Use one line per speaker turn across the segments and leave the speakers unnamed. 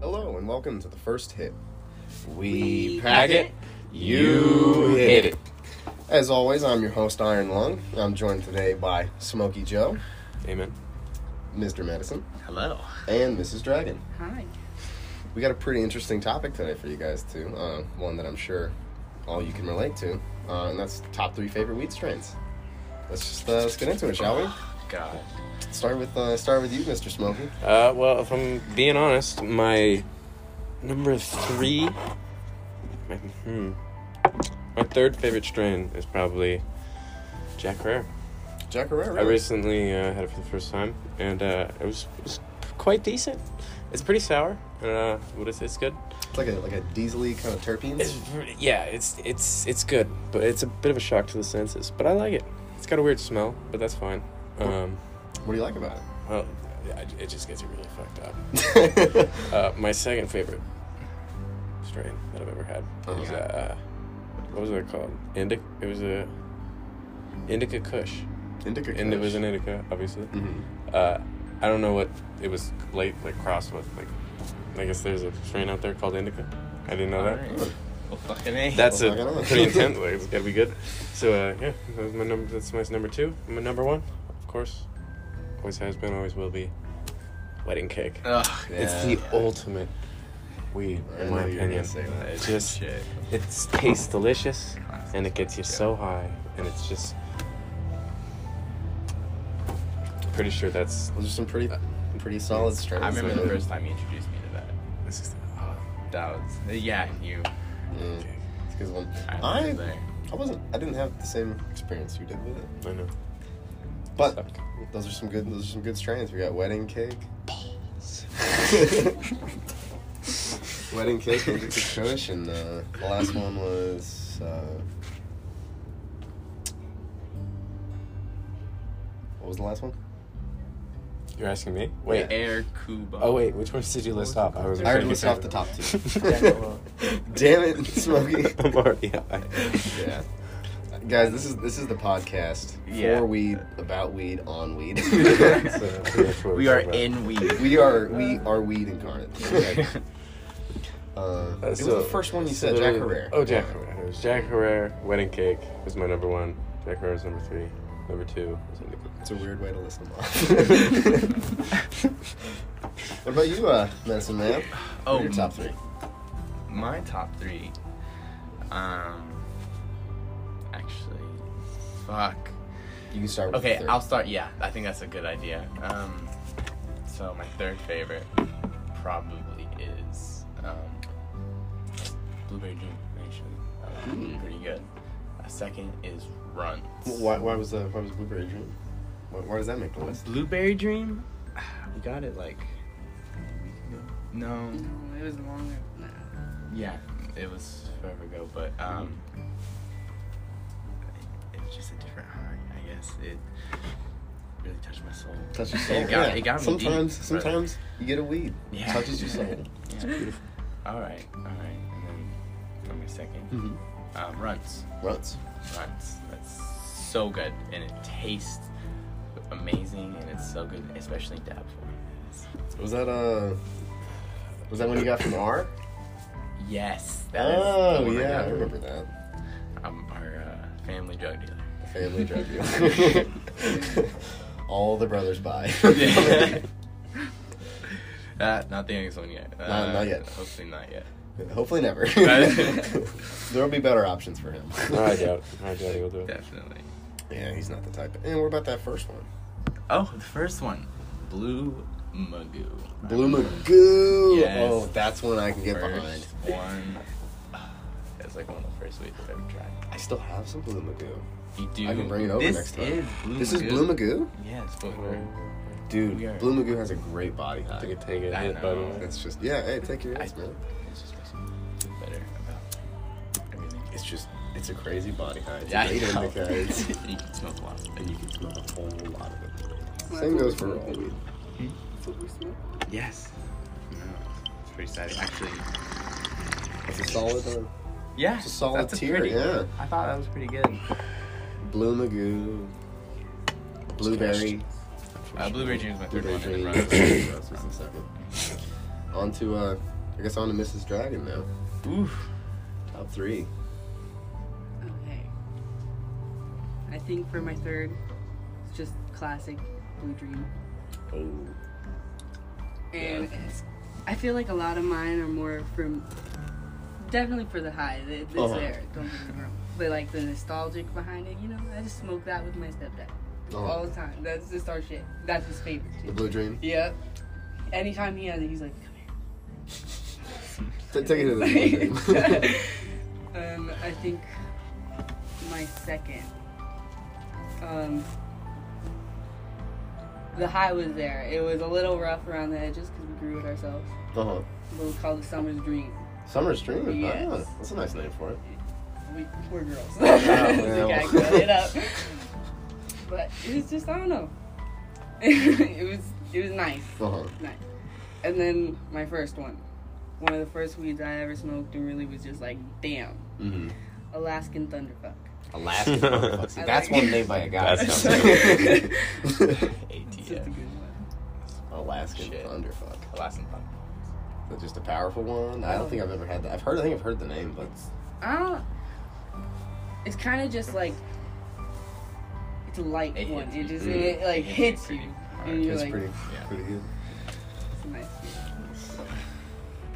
Hello and welcome to the first hit.
We
pack it,
you hit it. As always, I'm your host Iron Lung. I'm joined today by Smokey Joe,
Amen.
Mr. Medicine,
Hello.
and Mrs. Dragon.
Hi.
We got a pretty interesting topic today for you guys too. Uh, one that I'm sure all you can relate to, uh, and that's top three favorite weed strains. Let's just uh, let's get into it, shall we?
God.
Start with uh, start with you, Mr. Smokey.
Uh, well, if I'm being honest, my number three, my, hmm, my third favorite strain is probably Jack Rare.
Jack Herrera.
I recently uh, had it for the first time, and uh, it was, it was quite decent. It's pretty sour, and uh, what is it's good.
It's like a like a diesely kind of terpenes.
It's, v- yeah, it's it's it's good, but it's a bit of a shock to the senses. But I like it. It's got a weird smell, but that's fine. Um,
what do you like about
well, yeah, it- it just gets you really fucked up.
it?
Uh, my second favorite strain that I've ever had
Oh,
was
yeah.
uh, what was it called? Indica. It was a indica Kush,
Indica.
and it
Kush.
was an indica, obviously.
Mhm.
Uh, I don't know what it was late like crossed with. Like, I guess there's a strain out there called indica. I didn't know that.
Alright. Well, fucking A.
That's
Well,
a
fucking hell.
pretty intense. Like, it's gotta be good. So uh, yeah, that was my number. That's my number two. My number one, of course, always has been, always will be, wedding cake.
Ugh.
It's
Yeah.
the ultimate weed,
I
in
know
my
you were gonna
opinion.
say that.
It's
Just-
shit.
It tastes delicious, and it gets you so high, and it's just. Pretty sure that's.
Those are some pretty, pretty solid strains.
I remember the
man.
first time you introduced me to that.
That's just
uh,
oh,
That was yeah, you.
Yeah, Mm.
Mm.
it's a good one.
I remember
I,
there.
I wasn't. I didn't have the same experience you did with it.
I know.
But
Suck.
those are some good. Those are some good strains. We got wedding cake. wedding cake and Dixie Kush, and uh, the last one was. Uh, what was the last one?
You're asking me? Wait.
Air Cuba.
Oh wait, which ones did you list off? I was.
I already
trying to
listed off the
figure
top two.
Yeah, well.
Damn it, Smokey.
I'm already high.
yeah. Guys, this is this is the podcast
Yeah.
for weed, about weed, on weed.
So,
So,
that's what
We
we're
are
talking about.
in weed.
we are we are weed incarnate. Uh, it was
So-
the first one you
so
said, Jack
literally-
Herrera.
Oh, Jack Herrera. It was Jack Herrera. Wedding Cake was my number one. Jack Herrera was number three. Number two was Indica.
It's a weird way to listen to law. what about you, uh, medicine man? What
Oh,
are
Um,
your top three.
my top three. Um. Actually, fuck.
You can start with
Okay,
the
I'll start. Yeah, I think that's a good idea. Um, so my third favorite probably is um, Blueberry Dream. Actually, that was
Mm.
pretty good. A second is Runs.
Why, why was uh, why was Blueberry Dream? Why, why does that make the list?
Blueberry Dream? We got it like. a week ago. No.
No, it was longer than that.
Yeah, it was forever ago, but um, it was just a different high. I guess it really touched my soul.
Touches your soul.
It got-
yeah.
it got me deep,
sometimes,
but-
sometimes you get a weed.
Yeah.
Touches your soul.
Yeah. All right, all right, and then for my second,
Mm-hmm.
um, runs,
Ruts.
runs. That's so good, and it tastes amazing, and it's so good, especially in dab form. It's-
Was that uh? Was that when you got from R?
Yes, that is. the
Oh
one
yeah, I
got.
remember that.
I'm our uh, family drug dealer.
The family drug deal. All the brothers buy.
Yeah. Uh, not the youngest one yet. Uh,
Not- not yet.
Hopefully not yet.
Hopefully never. There'll be better options for him.
I doubt. I doubt he'll do it.
Definitely.
Yeah, he's not the type. And what about that first one?
Oh, the first one, Blue Magoo.
Blue Magoo.
Yes.
Oh, that's one I can get
First
behind.
One. Ah, It's like one of the first weeds I've ever tried.
I still have some Blue Magoo.
You do.
I can bring it over
this
next time.
Is Blue
This
Magoo.
is Blue Magoo. Uh-huh.
Yes, but we're-
I
Dude,
We are-
Blue Magoo has a great body
don't
high.
think it take it.
I
hit, by the
know.
way.
That's just yeah. Hey, take your
I-
hits, man.
it's just makes me feel better about everything.
It's just it's a crazy body high. It's
Yeah,
a great
I know.
indica. It's,
you can smoke a lot of
and
it.
you can smoke a whole lot of it.
Well,
Same
that's
goes
what
for
we
all
smoke.
weed.
That's what we smoke.
Yes. No, it's pretty exciting. Actually,
It's a solid one.
yeah.
It's a solid
that's
tier,
pretty-
yeah.
I thought that was pretty good.
Blue Magoo. Blueberry. for
Uh,
sure.
Blueberry Dream is my third
Blueberry
one, and then
Dream,
Runaways.
Runaways was the second. On to, uh, I guess, on to Mrs. Dragon now.
Oof.
Top three.
Okay. I think for my third, it's just classic Blue Dream.
Oh,
And
Yeah.
it's, I feel like a lot of mine are more from definitely for the high. It- It's
Uh-huh.
there, don't get me wrong. But like the nostalgic behind it, you know, I just smoke that with my stepdad all
oh.
the time. That's just our shit. That's his favorite.
the
Too.
Blue Dream.
Yep. Anytime he has it, he's like, come here.
Ta- take it to the Blue Dream.
um, I think my second. Um, the high was there. It was a little rough around the edges because we grew it ourselves.
uh-huh.
But we call it Summer's Dream.
Summer's Dream.
Yes.
Ah, that's a nice name for it.
We, we're girls. we
well.
gotta grow it up. But it was just I don't know. it was it was nice,
Uh-huh.
nice. And then my first one, one of the first weeds I ever smoked, and really was just like, damn,
Mm-hmm.
Alaskan Thunderfuck.
Alaskan. motherfucker. See,
I
that's
like-
one named by a guy.
That
It's just a
ATF.
good one.
Alaskan
Shit.
Thunderfuck.
Alaskan Fun.
Is that just a powerful one? I don't think I've ever had that. I've heard. I think I've heard the name, but
I don't. It's kind of just like it's a light
It
one.
hits
It
you.
just
Mm.
it, like
It
hits
hits you
you,
pretty
and you're
it's
like,
pretty,
yeah.
pretty good.
it's a nice. feeling.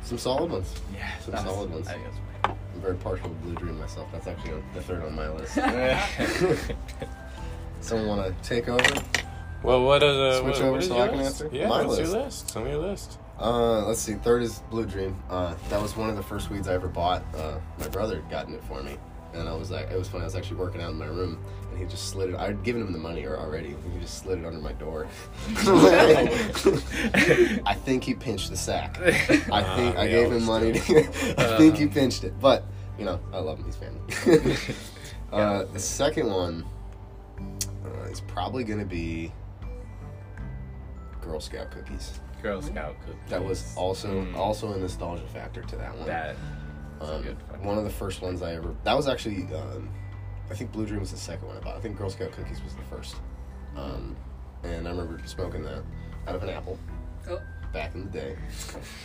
Some solid ones.
Yeah,
Some
that's-
solid ones.
I think that's
I'm very partial to Blue Dream myself. That's actually on- the third on my list.
right.
Someone want to take over?
Well, what are the
Switch
what,
over
what is
so
your
I can
list?
answer?
Yeah,
My
what's
list.
your list? Tell me your list.
Uh, let's see. Third is Blue Dream. Uh, that was one of the first weeds I ever bought. Uh, my brother had gotten it for me, and I was like, it was funny. I was actually working out in my room, and he just slid it. I'd given him the money or already. and He just slid it under my door. I think he pinched the sack. I
Ah,
think I
we
gave him
always
money. I think he pinched it, but you know, I love him. He's family. uh, the second one uh, is probably gonna be Girl Scout cookies.
Girl Scout cookies.
That was also
Mm.
also a nostalgia factor to that one.
that. that's a
um,
good fucking-
one of the first ones I ever. That was actually, um, I think Blue Dream was the second one I bought. I think Girl Scout cookies was the first. Um, and I remember smoking that out of an apple
Oh,
back in the day.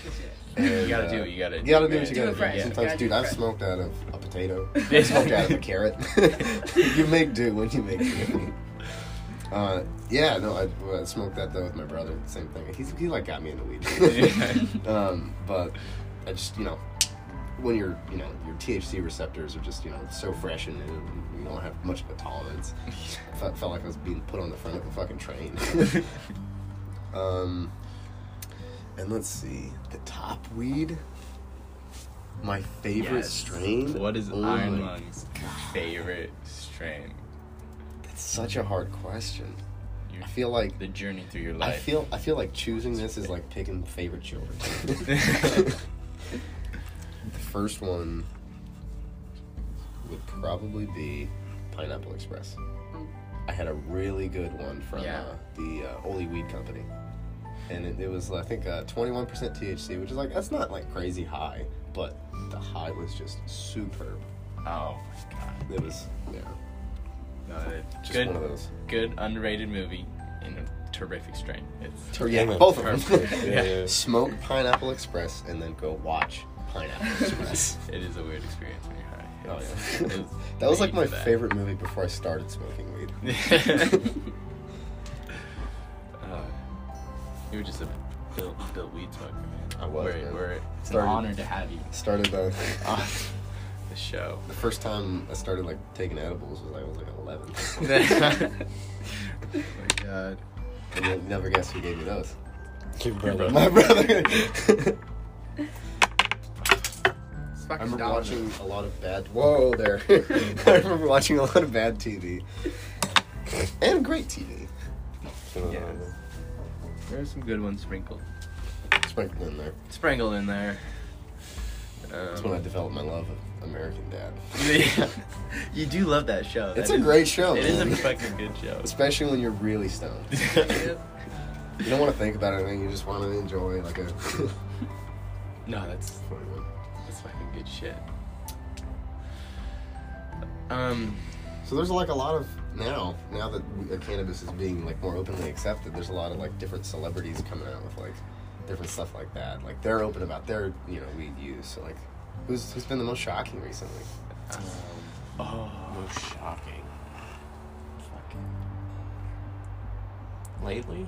good shit.
And,
You gotta do
uh,
what you gotta do.
You gotta do what you
Do
gotta
it
do.
fresh.
Sometimes,
Gotta do
dude,
it
I've
fresh.
smoked out of a potato. I smoked out of a carrot. you make do when you make do. Uh, yeah, no, I, I smoked that though with my brother. Same thing. He's, he like got me into weed. um, but I just, you know, when you're, you know, your THC receptors are just, you know, so fresh and new, and you don't have much of a tolerance. I felt, felt like I was being put on the front of a fucking train. um, and let's see, the top weed. My favorite
Yes.
strain.
What is
Oh
Iron
my-
Lung's favorite strain?
That's such a hard question.
Your,
I feel like
the journey through your
I
life.
feel I feel like choosing this is like picking favorite children. the first one would probably be Pineapple Express. I had a really good one from
Yeah.
uh, the uh, Oli Weed Company, and it, it was I think twenty one percent THC, which is like that's not like crazy high, but the high was just superb.
Oh my god.
It was yeah,
No, it-
just
good,
one of those.
good underrated movie and a terrific strain. It's
Ter- yeah,
Yeah,
both of them.
perfect.
Yeah,
Yeah.
yeah.
Smoke Pineapple Express and then go watch Pineapple Express.
it is a weird experience when you're high.
oh
It's-
yeah,
it's
that was
made
like my
for that.
favorite movie before I started smoking weed.
Uh, you were just a Bill, Bill Weed smoker, man.
I was,
We're,
man.
we're- it's
Started-
an honor to have you on
Started the
the show.
the first time I started like taking edibles was like I was like eleven.
oh my god.
And you'll never guess who gave me those.
Your
brother.
My brother.
It's
I
fucking
remember
dominant.
watching a lot of bad. Whoa there! I remember watching a lot of bad TV and great TV.
Yes. There are some good ones sprinkled.
Sprinkled in there.
Sprinkled in there. Um,
That's when I developed my love of American Dad.
you do love that show.
It's
That
a
is-
great show.
It is a
man.
fucking good show.
Especially when you're really stoned. You don't want to think about anything. You just want to enjoy like a.
no, that's that's fucking good shit. Um,
so there's like a lot of now now that uh, cannabis is being like more openly accepted there's a lot of like different celebrities coming out with like different stuff like that like they're open about their you know weed use so like who's who's been the most shocking recently
Um,
Oh, shocking.
fucking. Lately?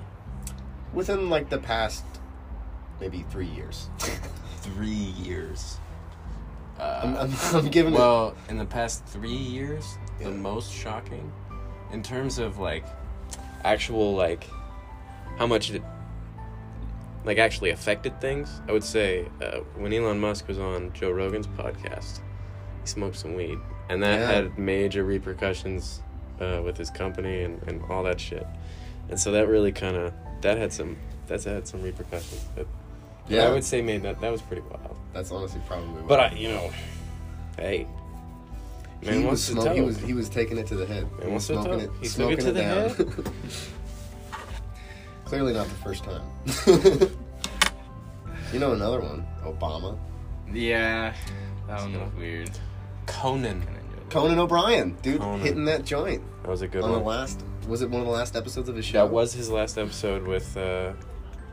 within like the past maybe three years
Three years. Uh,
i'm, I'm, I'm giving it-
Well, in the past three years,
Yeah.
the most shocking, in terms of like actual like how much it like actually affected things, I would say uh, when Elon Musk was on Joe Rogan's podcast, he smoked some weed, and that
Yeah.
had major repercussions uh, with his company and, and all that shit, and so that really kind of that had some that's had some repercussions. But yeah, I would say made that that was pretty wild.
that's honestly probably what
But I, you know, hey,
he
man
was
wants to
smoking.
tell.
He was he was taking it to the head. he was
wants to
smoking
tell.
it.
He took
smoking
it to the
down.
head.
Clearly not the first time. you know another one, Obama,
Yeah. That one was weird.
Conan.
Kinda enjoyed it.
Conan O'Brien, dude,
Conan.
hitting that joint
That was a good
on
one.
the last. Was it one of the last episodes of his show?
that was his last episode with uh,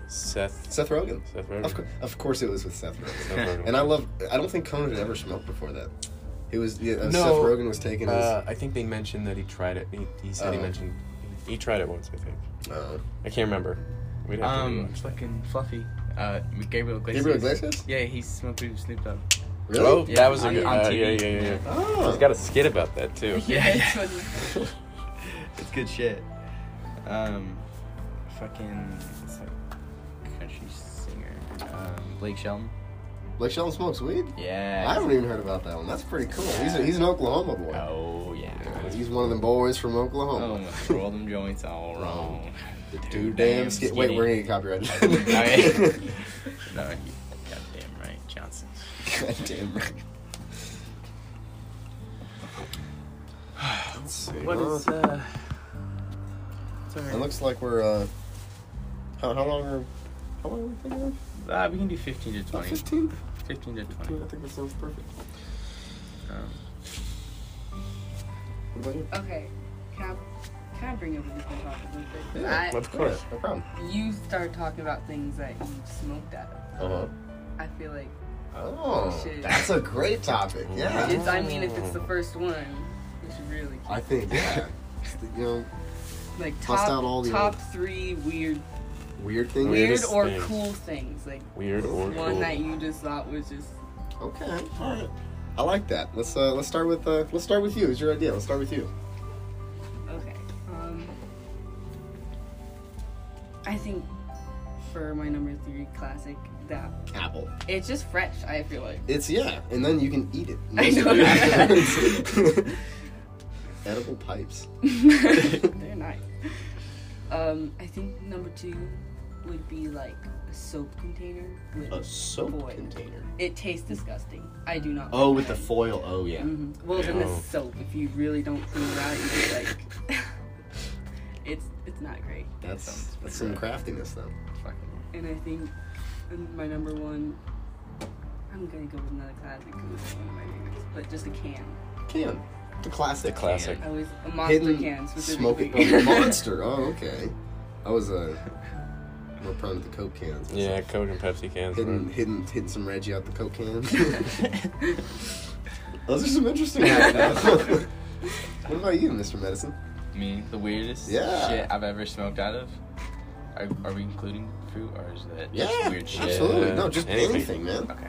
Seth.
Seth Rogen.
Seth
Of,
Rogen.
cour- of course, it was with Seth Rogen.
Seth Rogen.
And I love. I don't think Conan had ever smoked before that. He was. Yeah, uh,
No,
Seth Rogen was taking his.
Uh, I think they mentioned that he tried it. He, he said he
Oh.
mentioned he tried it once. I think.
uh,
I can't remember. We'd have to
Um,
rewatch.
fucking fluffy. Uh, Gabriel Iglesias.
Gabriel Iglesias.
Yeah, he smoked weed with Snoop Dogg.
Really?
Oh,
Yeah,
that was a
on-
good.
on
uh, yeah,
TV.
yeah, yeah, yeah.
Oh.
He's got a skit about that too.
Yeah,
it's
yeah.
funny.
it's good shit. Um, fucking, it's like country singer, um, Blake Shelton.
Blake Shelton smokes weed.
Yeah.
I haven't even heard about that one. That's pretty cool. He's, a, he's an Oklahoma boy.
Oh yeah.
He's one of them boys from
Oh,
Oklahoma.
my- roll them joints all wrong.
Oh, The
Too
Too
damn
damn skinny. Wait,
skinny. Oh,
we're gonna get copyrighted.
Okay. No, you goddamn right, Johnson.
God damn right. Let's see.
What
Well,
is uh?
It looks like we're. uh... How, how long are? How long are we thinking of?
Uh, we can do 15 to
About
20.
Oh, Fifteen.
15 to 20.
Fifteen. I think that sounds perfect.
Um,
What about you?
Okay, can I, can I bring up a different topic real quick?
Yeah,
I-
Of course.
No problem.
you started talking about things that you smoked out of.
Uh
Uh-huh.
huh.
I feel like
Oh,
Shit.
that's a great topic. Yeah.
it's. I mean, if it's the first one, it's really cute.
I think yeah. you know,
like
bust
top
out all the
top
old-
three weird
weird thing.
weird
Weirdest
or
things.
cool things. Like
Weird or
one
cool.
that you just thought was just
Okay. All right. I like that. Let's uh, let's start with uh, let's start with you. It's your idea. Let's start with you.
okay. Um, I think for my number three classic, that
Apple.
it's just fresh. I feel like.
It's yeah, and then you can eat it.
I know.
Edible pipes.
They're nice. Um, I think number two would be like a soap container. With,
A soap
Boy.
container.
It tastes disgusting. I do not.
Oh, with the foil. Oh yeah.
hmm Well, then the
Oh.
soap. If you really don't clean it out, you just like. it's it's not great.
That's that's some craftiness though.
fucking.
And I think um, my number one. I'm gonna go with another classic because it's one of my favorites. But just a can.
Can. The classic.
The classic.
I always a monster can
Smoke
specifically.
it. Oh, monster. Oh okay. I was uh, more prone to the coke cans.
Yeah, Coke and Pepsi cans.
Hitting,
man.
hitting, hitting some Reggie out the coke can. Those are some interesting ones. though. what about you, Mr. Medicine?
Me, the weirdest
Yeah.
shit I've ever smoked out of. Are, are we including fruit or is that
Yeah,
just weird shit?
absolutely.
Yeah.
No, just anything,
Anything.
man.
Okay.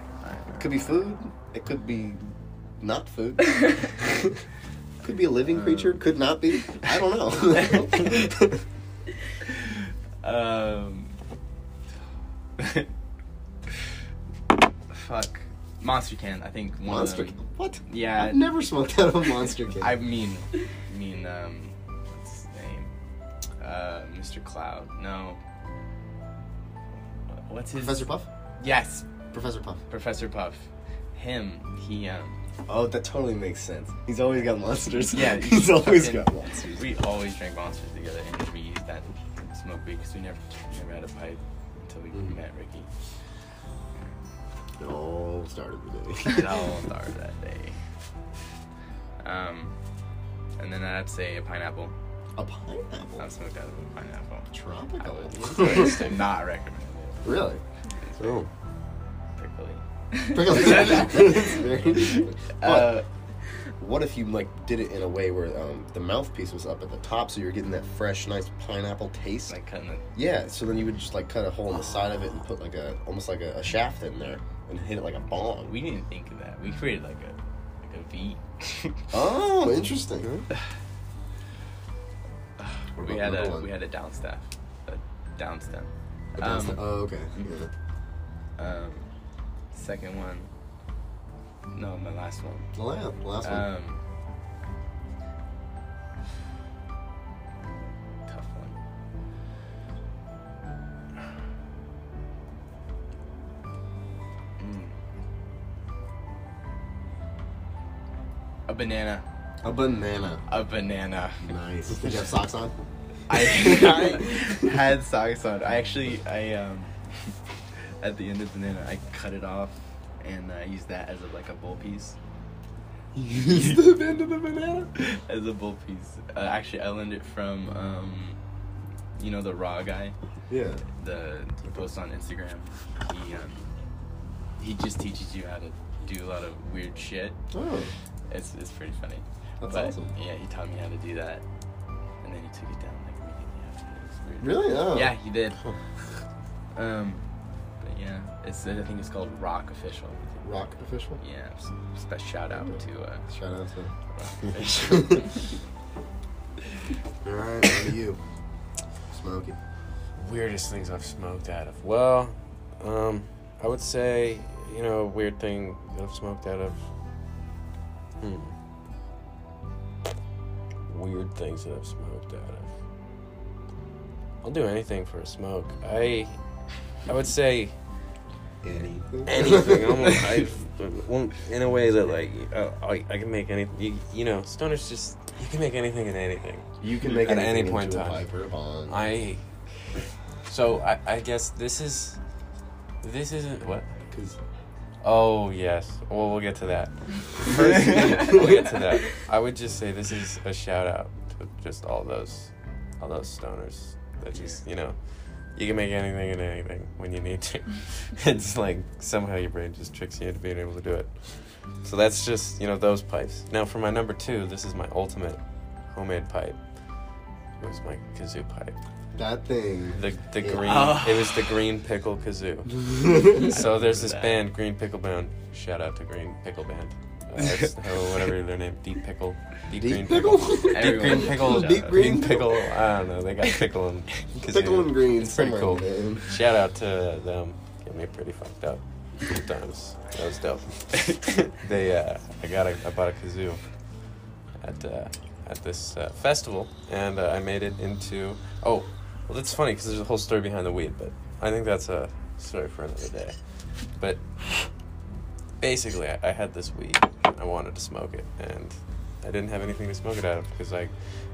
It could be food. It could be not food. could be a living creature.
Uh.
Could not be. I don't know.
Um. fuck. Monster can. I think one
monster.
Of them,
What?
yeah.
I've never smoked out of a monster can.
I mean, mean um, what's his name? Uh, Mr. Cloud. No. What's his?
Professor Puff.
Yes,
Professor Puff.
Professor Puff. Him. He um.
Oh, that totally makes sense. He's always got monsters.
Yeah,
he's always
fucking-
got monsters.
We always drank monsters together, and we used that to smoke weed because we never, never had a pipe until we
Mhm.
met Ricky.
It all started the
It
day.
all started that day. Um, And then I'd say a pineapple.
A pineapple.
I've smoked out of a pineapple.
Tropical.
So it's not recommended.
really? Oh.
Prickly.
It's very interesting.
Uh,
But what if you like did it in a way where um, the mouthpiece was up at the top, so you're getting that fresh, nice pineapple taste?
like cutting the
yeah. So then you would just like cut a hole in the side of it and put like a almost like a, a shaft in there and hit it like a bong.
We didn't think of that. We created like a like a V.
oh, interesting.
we had a we had a downstaff, a downstem. Um,
oh, okay. Yeah.
um, second one. No, my last one.
The la- the last one.
Um, tough one. Mm. A banana.
a banana.
A banana.
Nice. Did you have socks on?
I, I had socks on. I actually, I um, at the end of the banana, I cut it off, and I used that as a, like a bowl piece.
Used the end of the banana.
as a bowl piece. Uh, actually, I learned it from um, you know, the raw guy,
Yeah.
the he posts on Instagram. He um, he just teaches you how to do a lot of weird shit.
Oh,
It's it's pretty funny.
that's
but,
awesome.
Yeah, he taught me how to do that, and then he took it down like immediately after. It was weird.
Really? Oh.
Yeah, he did. Um, but yeah, it's I think it's called Rock Official.
Rock official.
Yeah, s- s- best shout out to uh,
Shout out to.
Rock
All
Official.
right, how are you? Smokey.
Weirdest things I've smoked out of. Well, um, I would say, you know, a weird thing that I've smoked out of. Hmm. Weird things that I've smoked out of. I'll do anything for a smoke. I, I would say
Anything.
anything. almost, I, well, in a way that like I, I, I can make anything. You, you know, stoners just you can make anything in anything.
you can make
At
anything
any point
into
in
a
time.
pipe or a bong.
I. So I, I guess this is, this isn't what.
'Cause-
Oh yes. Well, we'll get to that. First, we'll get to that. I would just say this is a shout out to just all those, all those stoners that just you know, you can make anything and anything when you need to. it's like somehow your brain just tricks you into being able to do it. So that's just you know those pipes. Now for my number two, this is my ultimate homemade pipe. It was my kazoo pipe.
that thing.
The the
Yeah. Ah.
green.
Oh.
It was the green pickle kazoo so there's this band, Green Pickle Band. Shout out to Green Pickle Band. Uh, it's- oh, whatever their name, Deep Pickle, Deep,
Deep
Green
pickle.
Deep Green Pickle,
Deep
Deep Green
Green
Pickle. I don't know. They got pickle and kazoo.
Pickle and green.
It's pretty
somewhere
cool.
in there.
Shout out to them. Get me pretty fucked up. Few times. That was dope. they, uh, I got, a, I bought a kazoo at uh, at this uh, festival, and uh, I made it into. Oh, well, that's funny because there's a whole story behind the weed, but I think that's a story for another day. But basically, I, I had this weed. I wanted to smoke it, and I didn't have anything to smoke it out of because I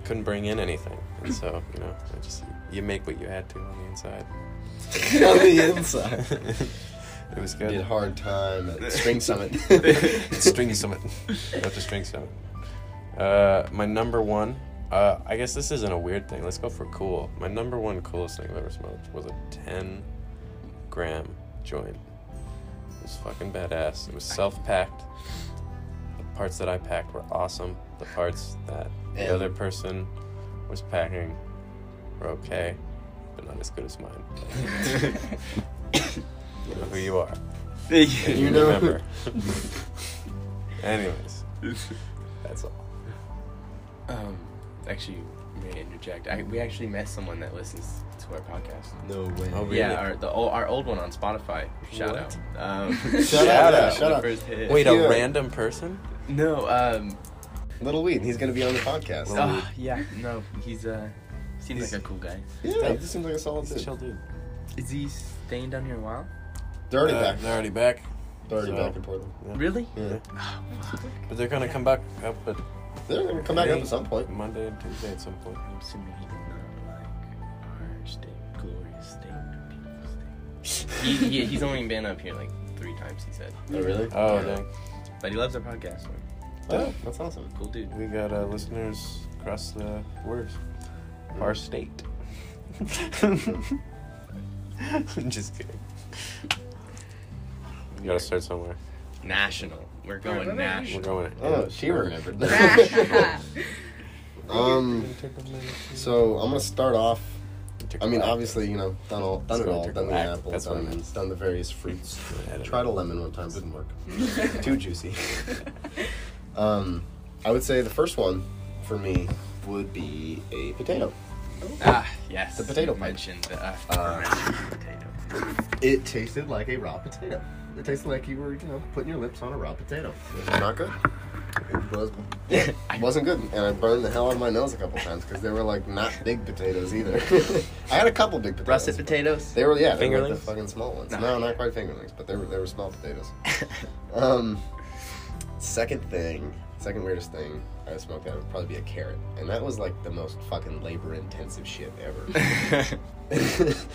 couldn't bring in anything. And so, you know, I just you make what you had to on the inside.
On the inside.
it was good.
Did hard time at Spring Summit.
string summit. Not the string summit. Uh, my number one. Uh, I guess this isn't a weird thing. Let's go for cool. My number one coolest thing I've ever smoked was a ten gram joint. It was fucking badass. It was self packed. The parts that I packed were awesome. The parts that the
And-
other person was packing were okay, but not as good as mine. You know who you are. And
You
you
know-
remember. Anyways, that's all.
Um, actually, may I interject? I, we actually met someone that listens to our podcast.
no way.
Oh,
Yeah,
Really?
our the old, our old one on Spotify. Shout
What?
out. Um,
Shout
out,
yeah,
shout
the
out.
First hit.
Wait,
Yeah.
a random person?
no. Um,
Little Weed. He's gonna be on the podcast.
Little-
uh, yeah, no. He's uh, seems like a cool guy.
yeah, he just seems like a solid
He's a chill
dude.
dude.
Is he staying down here a while?
They're already
Uh,
back.
They're already back.
They're already
so-
back in Portland.
Yeah.
Really? Oh,
Yeah.
But they're gonna come back up at
They're gonna come back up at some point.
Monday and Tuesday at some point.
I'm assuming he did not like our state, glorious state, beautiful state. he, he, he's only been up here like three times. He said,
Oh really?
Oh,
Yeah.
dang.
but he loves our podcast.
dope. That's awesome.
Cool dude.
We got uh, listeners across the borders, our state. I'm just kidding. You gotta start somewhere.
National. We're going
Remember?
We're
national.
going.
Oh, she remembered.
We're
um,
gonna take a minute.
so I'm gonna start off.
Take
I
a
mean,
back.
obviously, you know, done all, done it all, done the
Back.
apple,
That's what I
done,
meant.
done the various fruits.
Edit.
Tried a lemon one time, didn't work. Too juicy. Um, I would say the first one for me would be a potato.
Ah, yes.
The potato
you
pipe.
mentioned the uh,
Uh,
fermented potato.
It tasted like a raw potato. It tasted like you were, you know, putting your lips on a raw potato. It was not good. It was, it wasn't good, and I burned the hell out of my nose a couple times because they were like not big potatoes either. I had a couple big potatoes.
Russet potatoes.
They were yeah, they were like the
Fingerlings?
fucking small ones.
No.
No, not quite fingerlings, but they were they were small potatoes. um, second thing, second weirdest thing I smoked out would probably be a carrot, and that was like the most fucking labor intensive shit ever.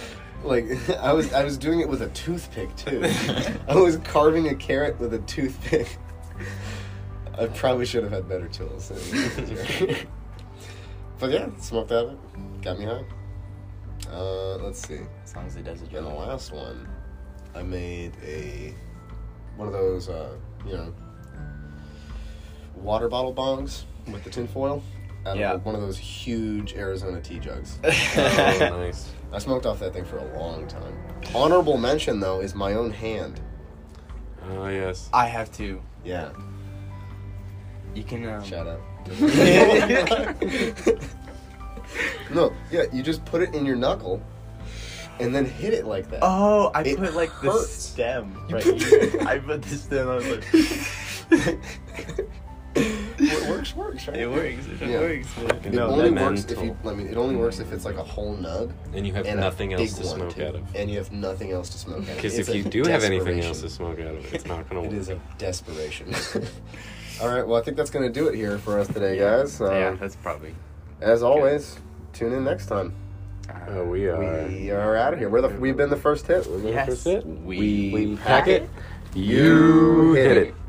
like I was I was doing it with a toothpick too. I was carving a carrot with a toothpick. I probably should have had better tools. but yeah, smoked out of it. Got me high. Uh, let's see.
as long as it does a
And the
job.
last one, I made a one of those, uh, you know, water bottle bongs with the tin foil out of
Yeah.
one of those huge Arizona tea jugs.
Oh, nice.
I smoked off that thing for a long time. Honorable mention though is my own hand.
Oh yes.
I have to.
Yeah,
You can. Um,
shout out. no, yeah, you just put it in your knuckle and then hit it like that.
Oh, I
It
put like the
hurts.
stem.
You
Right
put-
here. I put the stem. I was like,
what works works, right?
it works. It
Yeah.
works. Man.
It
No,
only
that
works if
mental.
you. I mean, it only works if it's like a whole nug
And you have
and a
nothing else
big
to
one,
smoke
too.
out of.
and you have nothing else to smoke out of.
Because
It's
if
a
you do have anything
desperation.
else to smoke out of, it's not gonna work.
it is a desperation. All right, well, I think that's gonna do it here for us today, guys. Um,
yeah, that's probably.
As always, tune in next time.
uh,
Oh, we are.
We are out of here. We're the, we've been the first hit. We're the
Yes.
first hit.
We,
We
pack it.
You hit it.